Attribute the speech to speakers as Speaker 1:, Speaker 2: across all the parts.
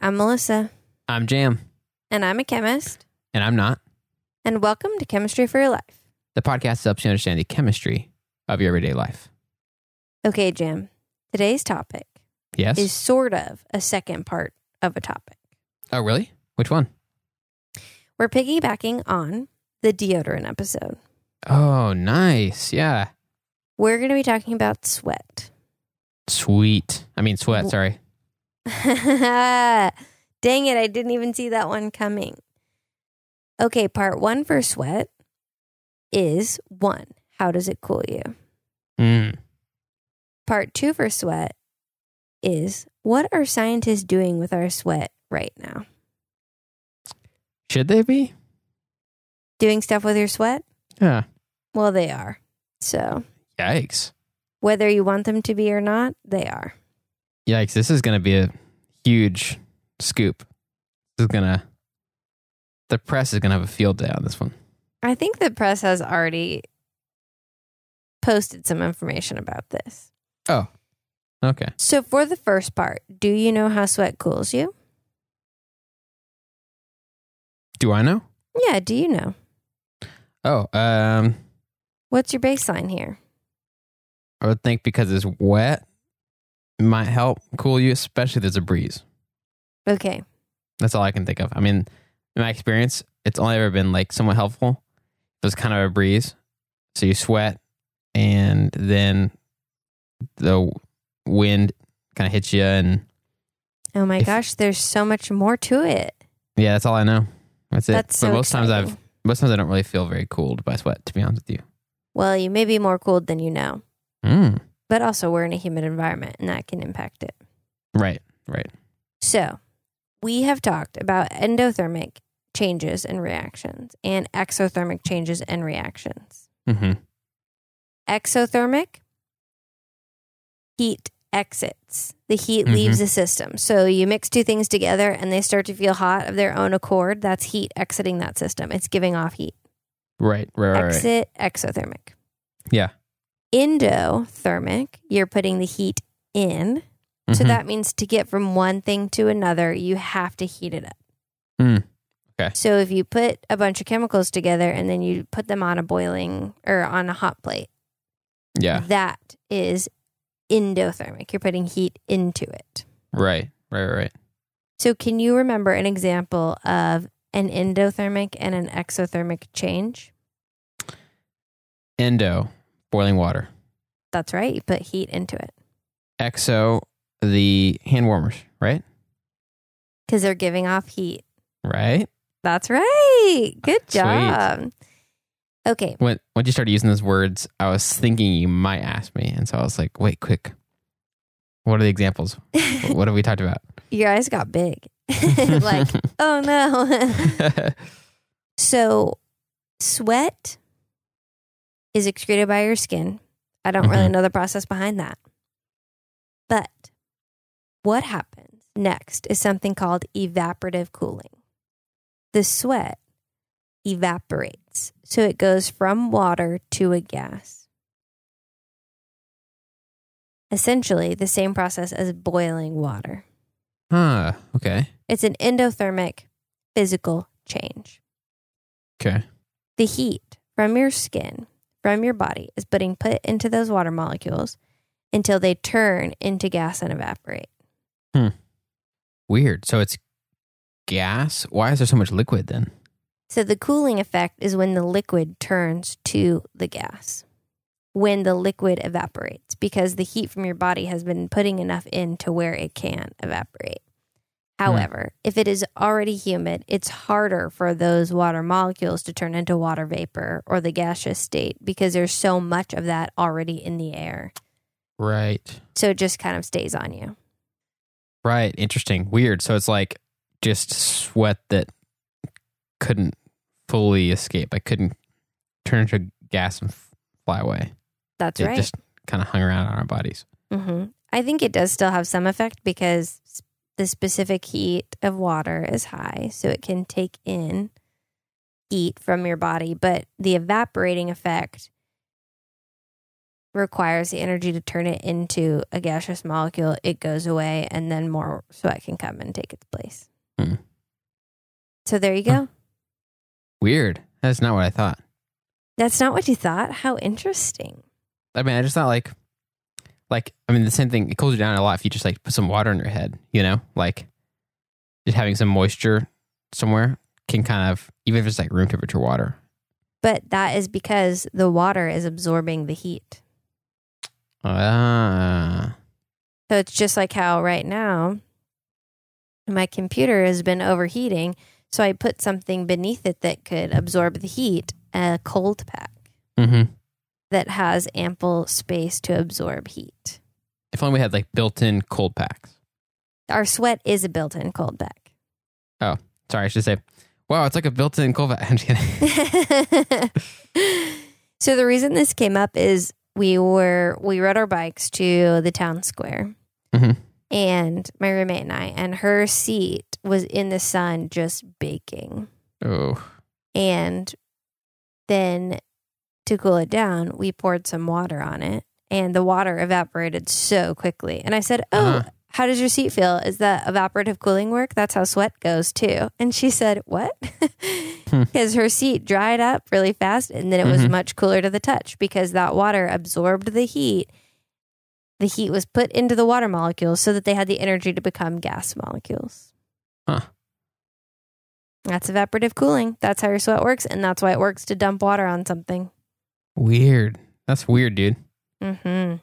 Speaker 1: I'm Melissa,
Speaker 2: I'm Jam,
Speaker 1: and I'm a chemist,
Speaker 2: and I'm not.
Speaker 1: and welcome to Chemistry for Your Life.
Speaker 2: The podcast helps you understand the chemistry of your everyday life.
Speaker 1: Okay, Jim, today's topic
Speaker 2: Yes.
Speaker 1: is sort of a second part of a topic.
Speaker 2: oh, really? Which one?
Speaker 1: We're piggybacking on the deodorant episode.
Speaker 2: Oh, nice. Yeah.
Speaker 1: We're going to be talking about sweat.
Speaker 2: Sweet. I mean, sweat.
Speaker 1: W-
Speaker 2: Sorry.
Speaker 1: Dang it, I didn't even see that one coming. Okay, part one for sweat is one, how does it cool you?
Speaker 2: Mm.
Speaker 1: Part two for sweat is what are scientists doing with our sweat right now?
Speaker 2: Should they be?
Speaker 1: Doing stuff with your sweat?
Speaker 2: Yeah.
Speaker 1: Well, they are. So,
Speaker 2: Yikes.
Speaker 1: whether you want them to be or not, they are.
Speaker 2: Yikes. This is going to be a huge scoop. This is going to, the press is going to have a field day on this one.
Speaker 1: I think the press has already posted some information about this.
Speaker 2: Okay.
Speaker 1: So, for the first part, do you know how sweat cools you?
Speaker 2: Do I know?
Speaker 1: Yeah, do you know?
Speaker 2: Oh, um,
Speaker 1: What's your baseline here?
Speaker 2: I would think because it's wet it might help cool you, especially if there's a breeze.
Speaker 1: Okay.
Speaker 2: That's all I can think of. I mean, in my experience, it's only ever been like somewhat helpful. It was kind of a breeze. So you sweat and then the wind kind of hits you. And
Speaker 1: Oh my
Speaker 2: If-
Speaker 1: gosh, there's so much more to it.
Speaker 2: yeah, that's all I know. That's it.
Speaker 1: That's so
Speaker 2: but most times I've,
Speaker 1: exciting.
Speaker 2: most times I don't really feel very cooled by sweat, to be honest with you.
Speaker 1: Well, you may be more cooled than you know,
Speaker 2: Mm.
Speaker 1: but also we're in a humid environment and that can impact it.
Speaker 2: Right, right.
Speaker 1: So, we have talked about endothermic changes and reactions and exothermic changes and reactions.
Speaker 2: hmm
Speaker 1: Exothermic, heat exits, the heat
Speaker 2: Mhm.
Speaker 1: leaves the system. So, you mix two things together and they start to feel hot of their own accord. That's heat exiting that system, it's giving off heat.
Speaker 2: Right, right, right, right.
Speaker 1: Exit, exothermic.
Speaker 2: Yeah.
Speaker 1: Endothermic, you're putting the heat in. So
Speaker 2: Mhm.
Speaker 1: that means to get from one thing to another, you have to heat it up.
Speaker 2: Hmm. Okay.
Speaker 1: So if you put a bunch of chemicals together and then you put them on a boiling or on a hot plate,
Speaker 2: yeah,
Speaker 1: that is endothermic. You're putting heat into it.
Speaker 2: right, right, right, right.
Speaker 1: So can you remember an example of an endothermic and an exothermic change?
Speaker 2: Endo, boiling water.
Speaker 1: That's right. You put heat into it
Speaker 2: Exo, the hand warmers, right?
Speaker 1: because they're giving off heat.
Speaker 2: Right.
Speaker 1: That's right. Good
Speaker 2: Sweet.
Speaker 1: job. Okay.
Speaker 2: when once you started using those words, I was thinking you might ask me, and so I was like, "Wait, quick! What are the examples? Wh- what have we talked about?"
Speaker 1: Your eyes got big. like, oh no. so, sweat is excreted by your skin. I don't really
Speaker 2: Mhm.
Speaker 1: know the process behind that. But what happens next is something called evaporative cooling. The sweat evaporates. So, it goes from water to a gas. Essentially, the same process as boiling water.
Speaker 2: huh? Okay.
Speaker 1: It's an endothermic physical change.
Speaker 2: Okay.
Speaker 1: The heat from your skin, from your body, is being put into those water molecules until they turn into gas and evaporate.
Speaker 2: Weird. So it's gas. Why is there so much liquid then?
Speaker 1: So the cooling effect is when the liquid turns to the gas, when the liquid evaporates, because the heat from your body has been putting enough in to where it can evaporate. However, if it is already humid, it's harder for those water molecules to turn into water vapor or the gaseous state because there's so much of that already in the air.
Speaker 2: Right.
Speaker 1: So it just kind of stays on you.
Speaker 2: Right. Interesting. Weird. So it's like just sweat that couldn't fully escape. I couldn't turn into gas and f- fly away.
Speaker 1: That's
Speaker 2: it
Speaker 1: right.
Speaker 2: just kind of hung around on our bodies.
Speaker 1: hmm I think it does still have some effect because s- the specific heat of water is high, so it can take in heat from your body, but the evaporating effect requires the energy to turn it into a gaseous molecule, it goes away, and then more sweat can come and take its place.
Speaker 2: Hmm.
Speaker 1: So there you go.
Speaker 2: Weird. That's not what I thought.
Speaker 1: That's not what you thought. How interesting.
Speaker 2: I mean, I just thought like, like I mean, the same thing. It cools you down a lot if you just like put some water in your head. You know, like just having some moisture somewhere can kind of even if it's like room temperature water.
Speaker 1: But that is because the water is absorbing the heat.
Speaker 2: Ah,
Speaker 1: So it's just like how right now my computer has been overheating. So I put something beneath it that could absorb the heat, a cold pack
Speaker 2: hmm
Speaker 1: that has ample space to absorb heat.
Speaker 2: if only we had like built-in cold packs.
Speaker 1: Our sweat is a built in cold pack.
Speaker 2: Sorry, I should say. Wow, it's like a built-in cold pack. I'm just kidding.
Speaker 1: so the reason this came up is we were we rode our bikes to the town square
Speaker 2: Mhm.
Speaker 1: and my roommate and i and her seat was in the sun just baking
Speaker 2: oh,
Speaker 1: and then to cool it down we poured some water on it and the water evaporated so quickly and i said oh
Speaker 2: Uh-huh.
Speaker 1: how does your seat feel is that evaporative cooling work that's how sweat goes too and she said what
Speaker 2: Hmm.
Speaker 1: because her seat dried up really fast and then it was
Speaker 2: Mhm.
Speaker 1: much cooler to the touch because that water absorbed the heat the heat was put into the water molecules so that they had the energy to become gas molecules
Speaker 2: Huh.
Speaker 1: that's evaporative cooling that's how your sweat works and that's why it works to dump water on something
Speaker 2: weird. That's weird, dude.
Speaker 1: mm-hmm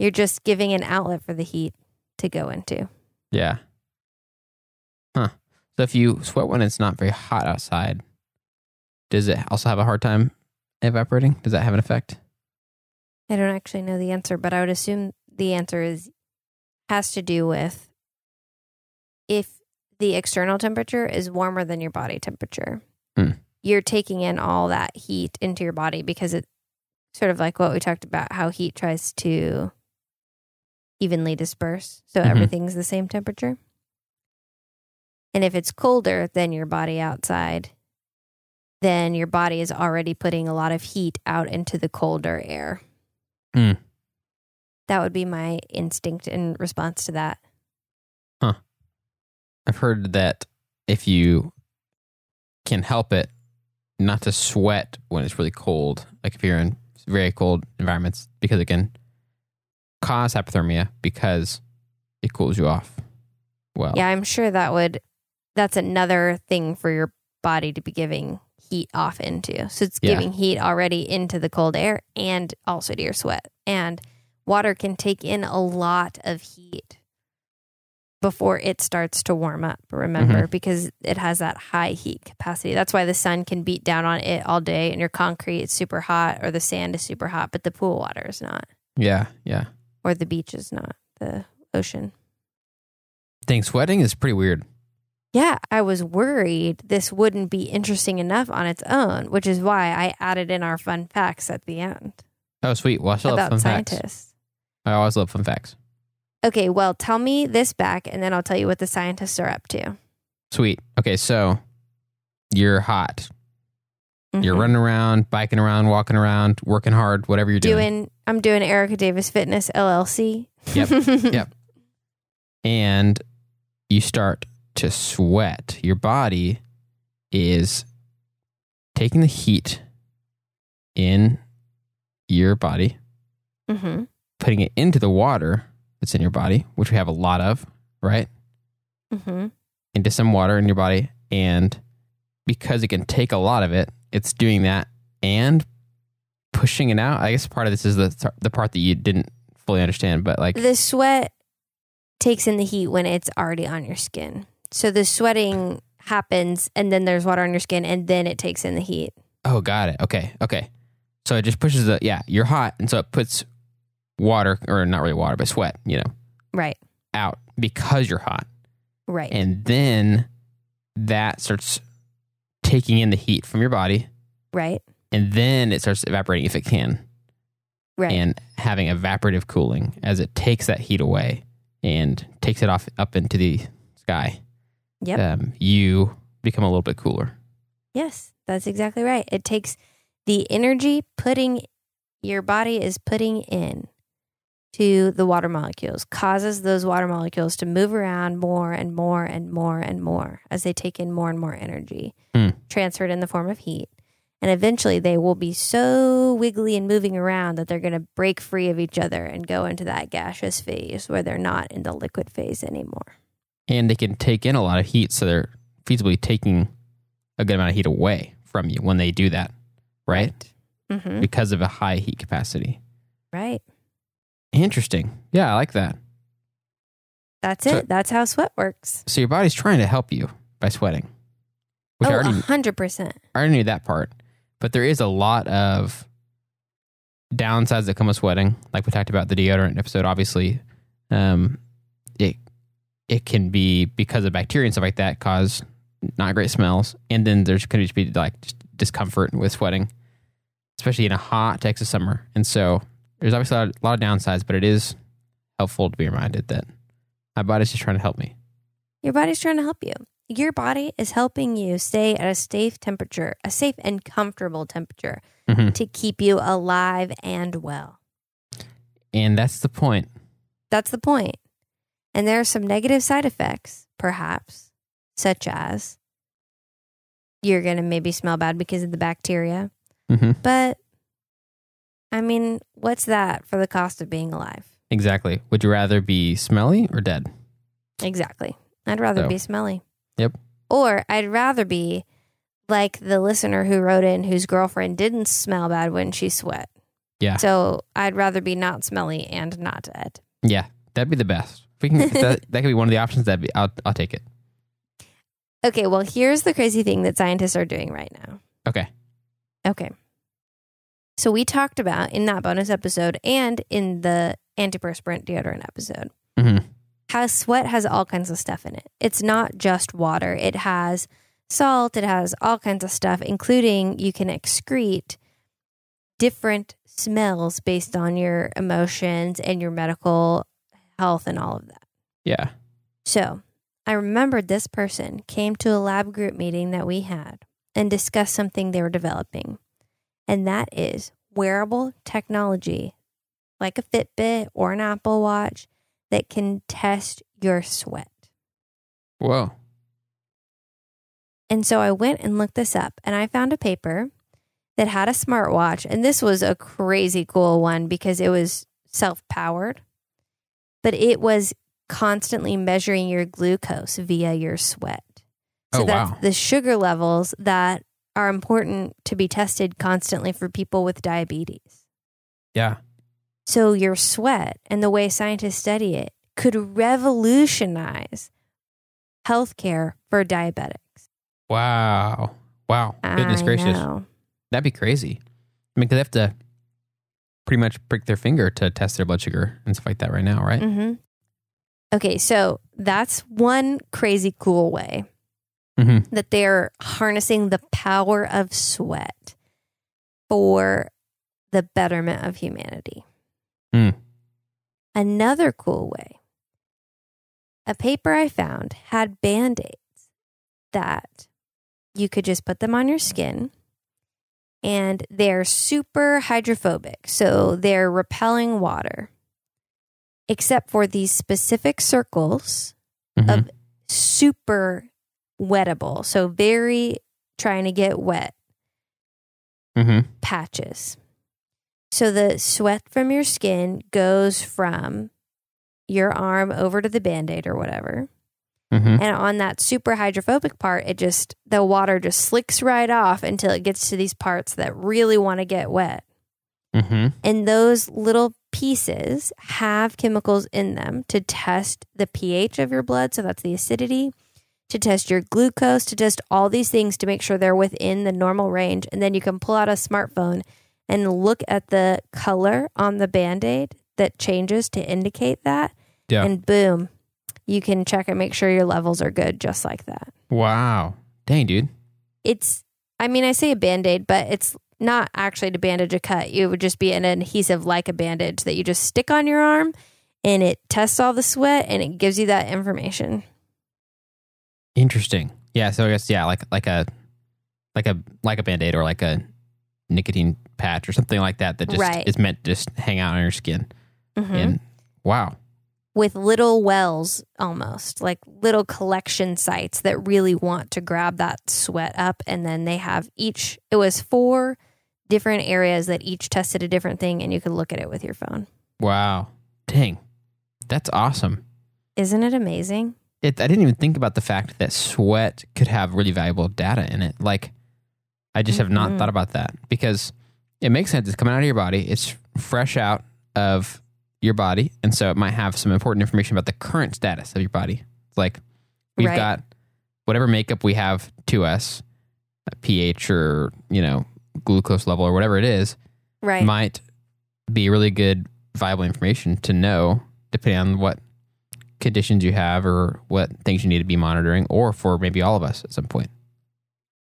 Speaker 1: you're just giving an outlet for the heat to go into
Speaker 2: Yeah. Huh. So if you sweat when it's not very hot outside, does it also have a hard time evaporating? Does that have an effect?
Speaker 1: I don't actually know the answer, but I would assume the answer is has to do with if the external temperature is warmer than your body temperature.
Speaker 2: Hmm.
Speaker 1: You're taking in all that heat into your body because it's sort of like what we talked about how heat tries to evenly disperse. So
Speaker 2: Mhm.
Speaker 1: everything's the same temperature. And if it's colder than your body outside, then your body is already putting a lot of heat out into the colder air.
Speaker 2: Hmm.
Speaker 1: That would be my instinct in response to that.
Speaker 2: I've heard that if you can help it not to sweat when it's really cold, like if you're in very cold environments, because it can cause hypothermia because it cools you off. Well,
Speaker 1: Yeah, I'm sure that would that's another thing for your body to be giving heat off into. So it's
Speaker 2: Yeah.
Speaker 1: giving heat already into the cold air and also to your sweat. And water can take in a lot of heat before it starts to warm up, remember, because it has that high heat capacity. That's why the sun can beat down on it all day and your concrete is super hot or the sand is super hot, but the pool water is not
Speaker 2: yeah, yeah.
Speaker 1: or the beach is not, the ocean.
Speaker 2: Dang, sweating is pretty weird.
Speaker 1: Yeah, I was worried this wouldn't be interesting enough on its own, which is why I added in our fun facts at the end
Speaker 2: Oh, sweet. Well, I still love
Speaker 1: about
Speaker 2: fun facts.
Speaker 1: scientists.
Speaker 2: I always love fun facts.
Speaker 1: Okay, well, tell me this back and then I'll tell you what the scientists are up to.
Speaker 2: Sweet. Okay, so you're hot. You're
Speaker 1: Mhm.
Speaker 2: running around, biking around, walking around, working hard, whatever you're doing.
Speaker 1: doing I'm doing Erica Davis Fitness LLC.
Speaker 2: Yep, yep. And you start to sweat. Your body is taking the heat in your body,
Speaker 1: hmm
Speaker 2: putting it into the water that's in your body, which we have a lot of, right?
Speaker 1: hmm
Speaker 2: into some water in your body and because it can take a lot of it it's doing that and pushing it out i guess part of this is the the part that you didn't fully understand but like
Speaker 1: The sweat takes in the heat when it's already on your skin. So the sweating happens and then there's water on your skin and then it takes in the heat.
Speaker 2: oh got it okay okay so it just pushes the yeah you're hot and so it puts water or not really water but sweat you know
Speaker 1: Right.
Speaker 2: out because you're hot
Speaker 1: Right.
Speaker 2: and then that starts taking in the heat from your body
Speaker 1: right.
Speaker 2: and then it starts evaporating if it can
Speaker 1: Right.
Speaker 2: and having evaporative cooling as it takes that heat away and takes it off up into the sky.
Speaker 1: Yep.
Speaker 2: Um, you become a little bit cooler.
Speaker 1: Yes, that's exactly right. It takes the energy putting your body is putting in to the water molecules causes those water molecules to move around more and more and more and more as they take in more and more energy
Speaker 2: Hmm.
Speaker 1: transferred in the form of heat. And eventually they will be so wiggly and moving around that they're going to break free of each other and go into that gaseous phase where they're not in the liquid phase anymore.
Speaker 2: and they can take in a lot of heat, so they're feasibly taking a good amount of heat away from you when they do that, right?
Speaker 1: hmm
Speaker 2: Because of a high heat capacity.
Speaker 1: Right.
Speaker 2: Interesting. Yeah, I like that.
Speaker 1: That's
Speaker 2: So-
Speaker 1: it. That's how sweat works.
Speaker 2: So your body's trying to help you by sweating,
Speaker 1: Oh,
Speaker 2: which I already,
Speaker 1: 100%.
Speaker 2: I already knew that part. But there is a lot of downsides that come with sweating, like we talked about the deodorant episode. Obviously, um, it it can be because of bacteria and stuff like that cause not great smells, and then there's going to be like just discomfort with sweating, especially in a hot Texas summer. And so there's obviously a lot, a lot of downsides, but it is helpful to be reminded that my body's just trying to help me.
Speaker 1: Your body's trying to help you. Your body is helping you stay at a safe temperature, a safe and comfortable temperature
Speaker 2: Mhm.
Speaker 1: to keep you alive and well.
Speaker 2: And that's the point.
Speaker 1: That's the point. And there are some negative side effects, perhaps, such as you're going to maybe smell bad because of the bacteria.
Speaker 2: Mm-hmm.
Speaker 1: But I mean, what's that for the cost of being alive?
Speaker 2: Exactly. Would you rather be smelly or dead?
Speaker 1: Exactly. I'd rather
Speaker 2: So-
Speaker 1: be smelly.
Speaker 2: Yep.
Speaker 1: Or I'd rather be like the listener who wrote in whose girlfriend didn't smell bad when she sweat.
Speaker 2: Yeah.
Speaker 1: So I'd rather be not smelly and not dead.
Speaker 2: Yeah, that'd be the best. If we can, if that, that could be one of the options. That be, I'll, I'll take it.
Speaker 1: Okay, well, here's the crazy thing that scientists are doing right now.
Speaker 2: Okay.
Speaker 1: Okay. So we talked about in that bonus episode and in the antiperspirant deodorant episode
Speaker 2: Mhm.
Speaker 1: how sweat has all kinds of stuff in it. It's not just water. It has salt, it has all kinds of stuff including you can excrete different smells based on your emotions and your medical health and all of that.
Speaker 2: Yeah.
Speaker 1: So I remembered this person came to a lab group meeting that we had and discussed something they were developing, and that is wearable technology like a Fitbit or an Apple Watch that can test your sweat.
Speaker 2: Whoa.
Speaker 1: And so I went and looked this up and I found a paper that had a smartwatch. And this was a crazy cool one because it was self powered, but it was constantly measuring your glucose via your sweat. So
Speaker 2: Oh,
Speaker 1: that's
Speaker 2: wow.
Speaker 1: the sugar levels that are important to be tested constantly for people with diabetes.
Speaker 2: Yeah.
Speaker 1: So your sweat and the way scientists study it could revolutionize healthcare for diabetics.
Speaker 2: Wow. Wow. Goodness
Speaker 1: I
Speaker 2: gracious.
Speaker 1: know.
Speaker 2: That'd be crazy. I mean, 'cause they have to pretty much prick their finger to test their blood sugar and stuff like that right now, right?
Speaker 1: Mm-hmm. Okay, so that's one crazy cool way
Speaker 2: Mm-hmm.
Speaker 1: that they're harnessing the power of sweat for the betterment of humanity.
Speaker 2: Hmm.
Speaker 1: Another cool way a paper I found had band aids that you could just put them on your skin and they're super hydrophobic. So they're repelling water, except for these specific circles
Speaker 2: hmm
Speaker 1: Of- super wettable. So very trying to get wet
Speaker 2: hmm
Speaker 1: patches. So the sweat from your skin goes from your arm over to the band aid or whatever.
Speaker 2: hmm
Speaker 1: And on that super hydrophobic part, it just, the water just slicks right off until it gets to these parts that really want to get wet.
Speaker 2: hmm
Speaker 1: And those little pieces have chemicals in them to test the pH of your blood. So that's the acidity, to test your glucose, to test all these things to make sure they're within the normal range. And then you can pull out a smartphone and look at the color on the band aid that changes to indicate that.
Speaker 2: Yeah.
Speaker 1: And boom, you can check and make sure your levels are good just like that
Speaker 2: Wow. Dang, dude.
Speaker 1: it's I mean I say a band-aid, but it's not actually to bandage a cut. It would just be an adhesive like a bandage that you just stick on your arm and it tests all the sweat and it gives you that information.
Speaker 2: Interesting. Yeah. So I guess yeah, like like a like a like a band aid or like a nicotine patch or something like that that just
Speaker 1: Right.
Speaker 2: is meant to just hang out on your skin.
Speaker 1: Mhm.
Speaker 2: And wow,
Speaker 1: with little wells almost like little collection sites that really want to grab that sweat up and then they have each it was four different areas that each tested a different thing and you could look at it with your phone
Speaker 2: wow, dang, that's awesome.
Speaker 1: isn't it amazing
Speaker 2: It, I didn't even think about the fact that sweat could have really valuable data in it. Like, I just have not
Speaker 1: Mhm.
Speaker 2: thought about that because it makes sense. It's coming out of your body. It's fresh out of your body, and so it might have some important information about the current status of your body. It's like we've
Speaker 1: Right.
Speaker 2: got whatever makeup we have to us, uh, pH or you know glucose level or whatever it is,
Speaker 1: right
Speaker 2: might be really good viable information to know depending on what conditions you have or what things you need to be monitoring or for maybe all of us at some point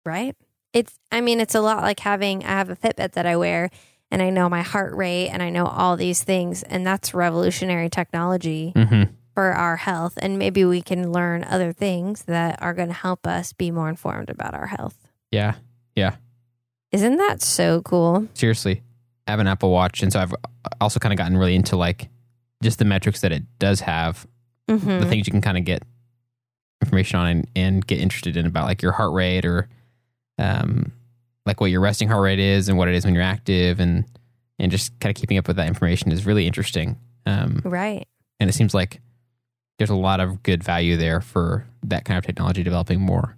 Speaker 1: right it's i mean it's a lot like having i have a fitbit that i wear and i know my heart rate and i know all these things and that's revolutionary technology
Speaker 2: mm-hmm.
Speaker 1: for our health and maybe we can learn other things that are going to help us be more informed about our health
Speaker 2: yeah
Speaker 1: Isn't that so cool?
Speaker 2: seriously i have an apple watch and so i've also kind of gotten really into like just the metrics that it does have
Speaker 1: Mm-hmm.
Speaker 2: the things you can kind of get information on and, and get interested in about like your heart rate or um like what your resting heart rate is and what it is when you're active and and just kind of keeping up with that information is really interesting um
Speaker 1: Right.
Speaker 2: and it seems like there's a lot of good value there for that kind of technology developing more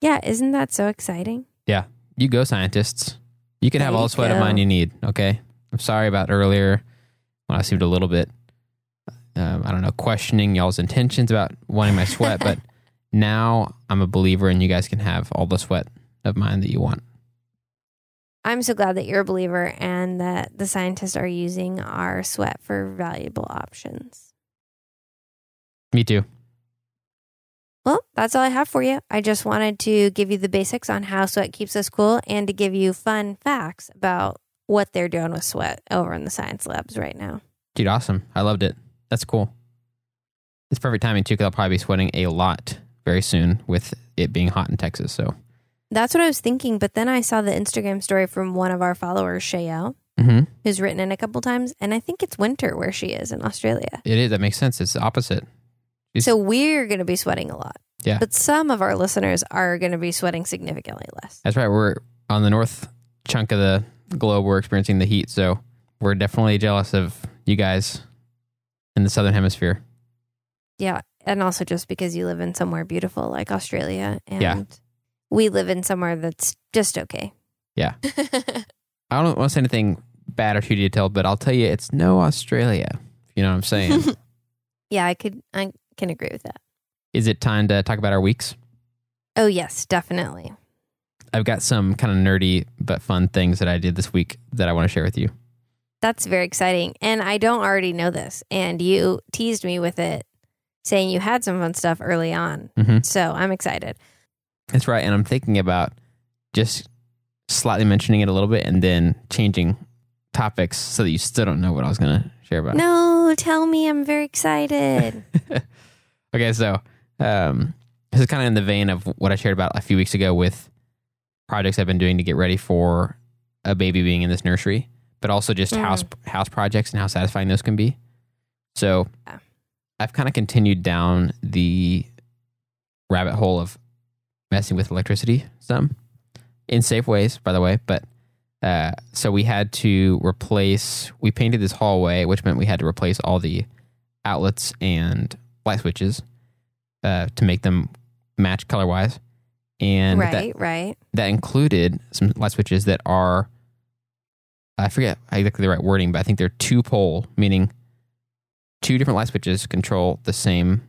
Speaker 1: Yeah. Isn't that so exciting?
Speaker 2: you go scientists you can have
Speaker 1: There
Speaker 2: all
Speaker 1: you
Speaker 2: the sweat of mine
Speaker 1: go.
Speaker 2: you need okay i'm sorry about earlier when i seemed a little bit um, i don't know questioning y'all's intentions about wanting my sweat but now i'm a believer and you guys can have all the sweat of mine that you want
Speaker 1: I'm so glad that you're a believer and that the scientists are using our sweat for valuable options.
Speaker 2: me too
Speaker 1: Well, that's all I have for you. I just wanted to give you the basics on how sweat keeps us cool and to give you fun facts about what they're doing with sweat over in the science labs right now.
Speaker 2: dude awesome i loved it that's cool it's perfect timing too because i'll probably be sweating a lot very soon with it being hot in texas so
Speaker 1: That's what I was thinking, but then I saw the Instagram story from one of our followers, Shayelle,
Speaker 2: mm-hmm.
Speaker 1: who's written in a couple times, and I think it's winter where she is in Australia.
Speaker 2: It is. That makes sense. It's the opposite. Is-
Speaker 1: So we're going to be sweating a lot.
Speaker 2: Yeah.
Speaker 1: But some of our listeners are going to be sweating significantly less.
Speaker 2: That's right. We're on the north chunk of the globe. We're experiencing the heat. So we're definitely jealous of you guys in the southern hemisphere.
Speaker 1: Yeah. And also just because you live in somewhere beautiful like Australia and
Speaker 2: Yeah.
Speaker 1: we live in somewhere that's just okay.
Speaker 2: Yeah. I don't want to say anything bad or too detailed, but I'll tell you it's no Australia. if You know what I'm saying?
Speaker 1: yeah, I could I can agree with that.
Speaker 2: is it time to talk about our weeks?
Speaker 1: Oh yes, definitely.
Speaker 2: I've got some kind of nerdy but fun things that I did this week that I want to share with you.
Speaker 1: That's very exciting. And I don't already know this. And you teased me with it saying you had some fun stuff early on.
Speaker 2: Mhm.
Speaker 1: So I'm excited.
Speaker 2: That's right. And I'm thinking about just slightly mentioning it a little bit and then changing topics so that you still don't know what I was going to share about.
Speaker 1: No, tell me I'm very excited.
Speaker 2: Okay, so um, this is kind of in the vein of what I shared about a few weeks ago with projects I've been doing to get ready for a baby being in this nursery, but also just
Speaker 1: Mhm.
Speaker 2: house house projects and how satisfying those can be. So
Speaker 1: Yeah.
Speaker 2: I've kind of continued down the rabbit hole of messing with electricity some in safe ways, by the way. But uh, so we had to replace, we painted this hallway, which meant we had to replace all the outlets and light switches uh, to make them match color wise. And that,
Speaker 1: right, right.
Speaker 2: that included some light switches that are I forget exactly the right wording, but I think they're two pole, meaning two different light switches control the same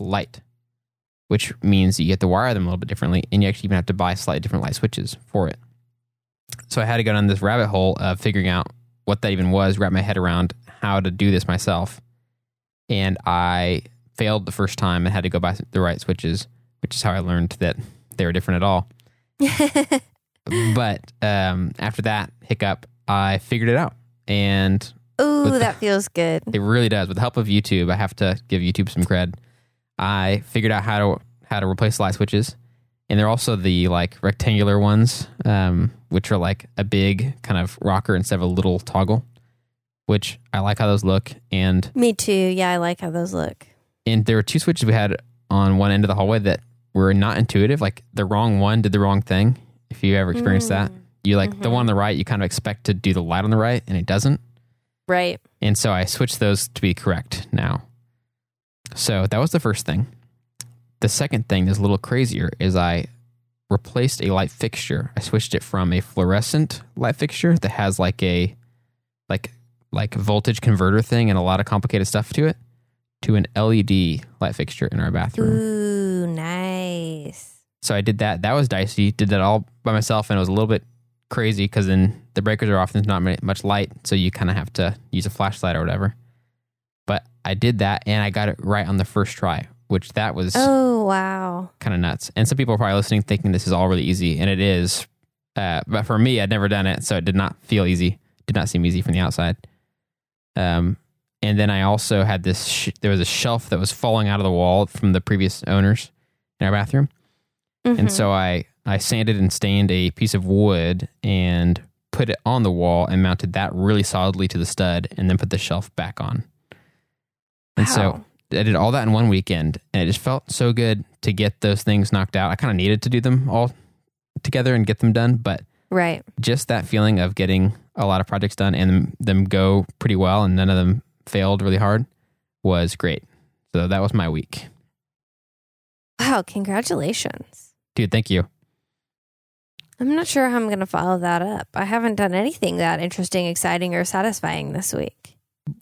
Speaker 2: light, which means you get to wire them a little bit differently, and you actually even have to buy slightly different light switches for it. So I had to go down this rabbit hole of figuring out what that even was, wrap my head around how to do this myself, and I failed the first time and had to go buy the right switches, which is how I learned that they were different at all but um, after that hiccup, I figured it out, and
Speaker 1: Ooh,
Speaker 2: the-
Speaker 1: that feels good.
Speaker 2: it really does. With the help of YouTube, I have to give YouTube some cred. I figured out how to how to replace light switches, and they're also the like rectangular ones, um, which are like a big kind of rocker instead of a little toggle, which I like how those look. And
Speaker 1: Me too. Yeah, I like how those look.
Speaker 2: and there were two switches we had on one end of the hallway that were not intuitive. Like the wrong one did the wrong thing. If you ever experienced that, you like the
Speaker 1: Mhm.
Speaker 2: one on the right, you kind of expect to do the light on the right, and it doesn't.
Speaker 1: Right.
Speaker 2: And so I switched those to be correct now. So that was the first thing. The second thing that's a little crazier is I replaced a light fixture. I switched it from a fluorescent light fixture that has like a like like voltage converter thing and a lot of complicated stuff to it to an LED light fixture in our bathroom.
Speaker 1: Ooh, nice.
Speaker 2: So I did that. That was dicey. Did that all by myself, and it was a little bit crazy because then the breakers are off and there's not ma- much light, so you kind of have to use a flashlight or whatever. But I did that, and I got it right on the first try, which that was
Speaker 1: Oh, wow.
Speaker 2: kind of nuts. And some people are probably listening, thinking this is all really easy, and it is. Uh, but for me, I'd never done it, so it did not feel easy. Did not seem easy from the outside. Um, and then I also had this. Sh- there was a shelf that was falling out of the wall from the previous owners in our bathroom. And
Speaker 1: Mhm.
Speaker 2: so I I sanded and stained a piece of wood and put it on the wall and mounted that really solidly to the stud and then put the shelf back on. And
Speaker 1: Wow.
Speaker 2: so I did all that in one weekend and it just felt so good to get those things knocked out. I kind of needed to do them all together and get them done, but
Speaker 1: right.
Speaker 2: just that feeling of getting a lot of projects done and them, them go pretty well and none of them failed really hard was great. So that was my week.
Speaker 1: Wow, congratulations.
Speaker 2: Dude, thank you.
Speaker 1: I'm not sure how I'm going to follow that up. I haven't done anything that interesting, exciting, or satisfying this week.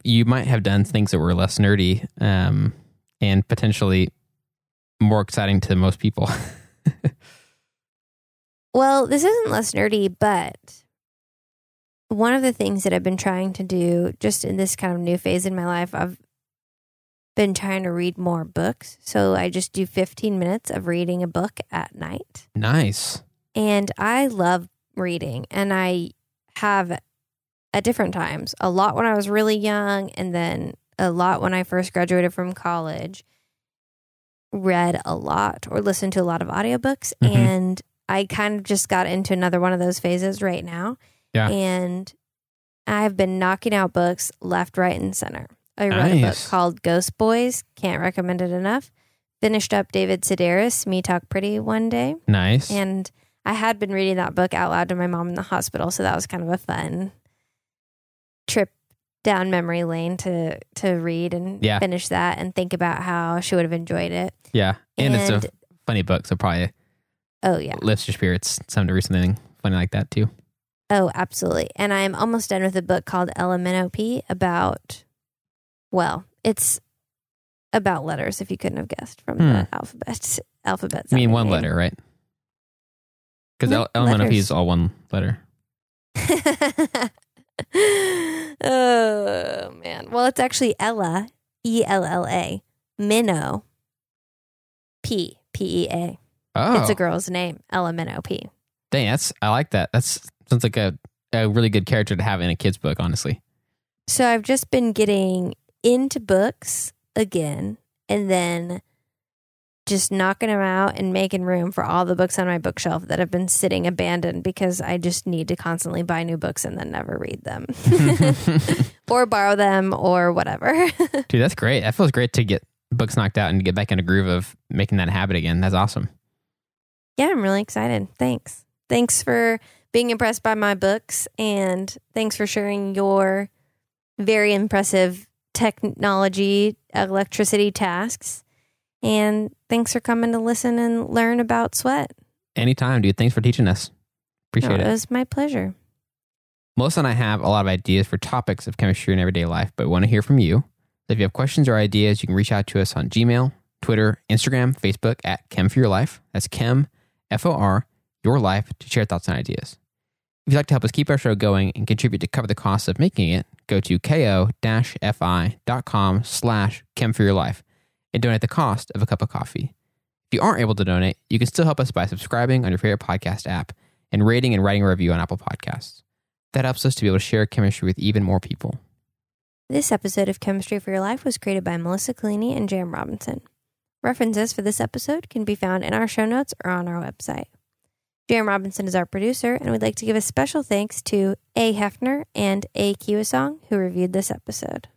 Speaker 2: you might have done things that were less nerdy um, and potentially more exciting to most people.
Speaker 1: Well, this isn't less nerdy, but one of the things that I've been trying to do just in this kind of new phase in my life, I've been trying to read more books. So I just do 15 minutes of reading a book at night.
Speaker 2: nice.
Speaker 1: And I love reading, and I have at different times a lot when I was really young, and then a lot when I first graduated from college. Read a lot or listened to a lot of audiobooks,
Speaker 2: Mhm.
Speaker 1: and I kind of just got into another one of those phases right now.
Speaker 2: Yeah.
Speaker 1: And I've been knocking out books left, right, and center. I read a book
Speaker 2: Nice.
Speaker 1: called Ghost Boys. Can't recommend it enough. Finished up David Sedaris, Me Talk Pretty one day.
Speaker 2: Nice.
Speaker 1: And I had been reading that book out loud to my mom in the hospital, so that was kind of a fun trip down memory lane to to read and
Speaker 2: Yeah.
Speaker 1: finish that and think about how she would have enjoyed it.
Speaker 2: yeah. And, it's a
Speaker 1: and-
Speaker 2: funny book, so probably
Speaker 1: Oh yeah.
Speaker 2: lifts your spirits some to read something funny like that too.
Speaker 1: Oh, absolutely. And I'm almost done with a book called LMNOP about well, it's about letters if you couldn't have guessed from the alphabet alphabet.
Speaker 2: I Hmm. mean,
Speaker 1: sounding
Speaker 2: one
Speaker 1: name.
Speaker 2: letter, right? Because
Speaker 1: No,
Speaker 2: LMNOP
Speaker 1: letters.
Speaker 2: is all one letter.
Speaker 1: oh man. Well, it's actually Ella, E L L A, Minnow, P P E A.
Speaker 2: Oh,
Speaker 1: It's a girl's name, Ella Minnow P.
Speaker 2: dang, that's I like that. That's sounds like a, a really good character to have in a kid's book, honestly.
Speaker 1: So I've just been getting into books again, and then just knocking them out and making room for all the books on my bookshelf that have been sitting abandoned because I just need to constantly buy new books and then never read them or borrow them or whatever.
Speaker 2: Dude, that's great. That feels great to get books knocked out and get back in a groove of making that a habit again. That's awesome.
Speaker 1: Yeah, I'm really excited. Thanks. Thanks for being impressed by my books and thanks for sharing your very impressive technology electricity tasks. And thanks for coming to listen and learn about sweat.
Speaker 2: Anytime, dude. Thanks for teaching us. Appreciate
Speaker 1: it
Speaker 2: it.
Speaker 1: was my pleasure.
Speaker 2: Melissa and I have a lot of ideas for topics of chemistry in everyday life, but we want to hear from you. So if you have questions or ideas, you can reach out to us on Gmail, Twitter, Instagram, Facebook at Chem for Your Life. That's Chem, F O R, Your Life to share thoughts and ideas. If you'd like to help us keep our show going and contribute to cover the cost of making it, go to ko-fi.com slash chem for your life and donate the cost of a cup of coffee. If you aren't able to donate, you can still help us by subscribing on your favorite podcast app and rating and writing a review on Apple Podcasts. That helps us to be able to share chemistry with even more people.
Speaker 1: This episode of Chemistry for Your Life was created by Melissa Collini and Jam Robinson. References for this episode can be found in our show notes or on our website. J.M. Robinson is our producer, and we'd like to give a special thanks to A. Hefner and A. Kiwasong, who reviewed this episode.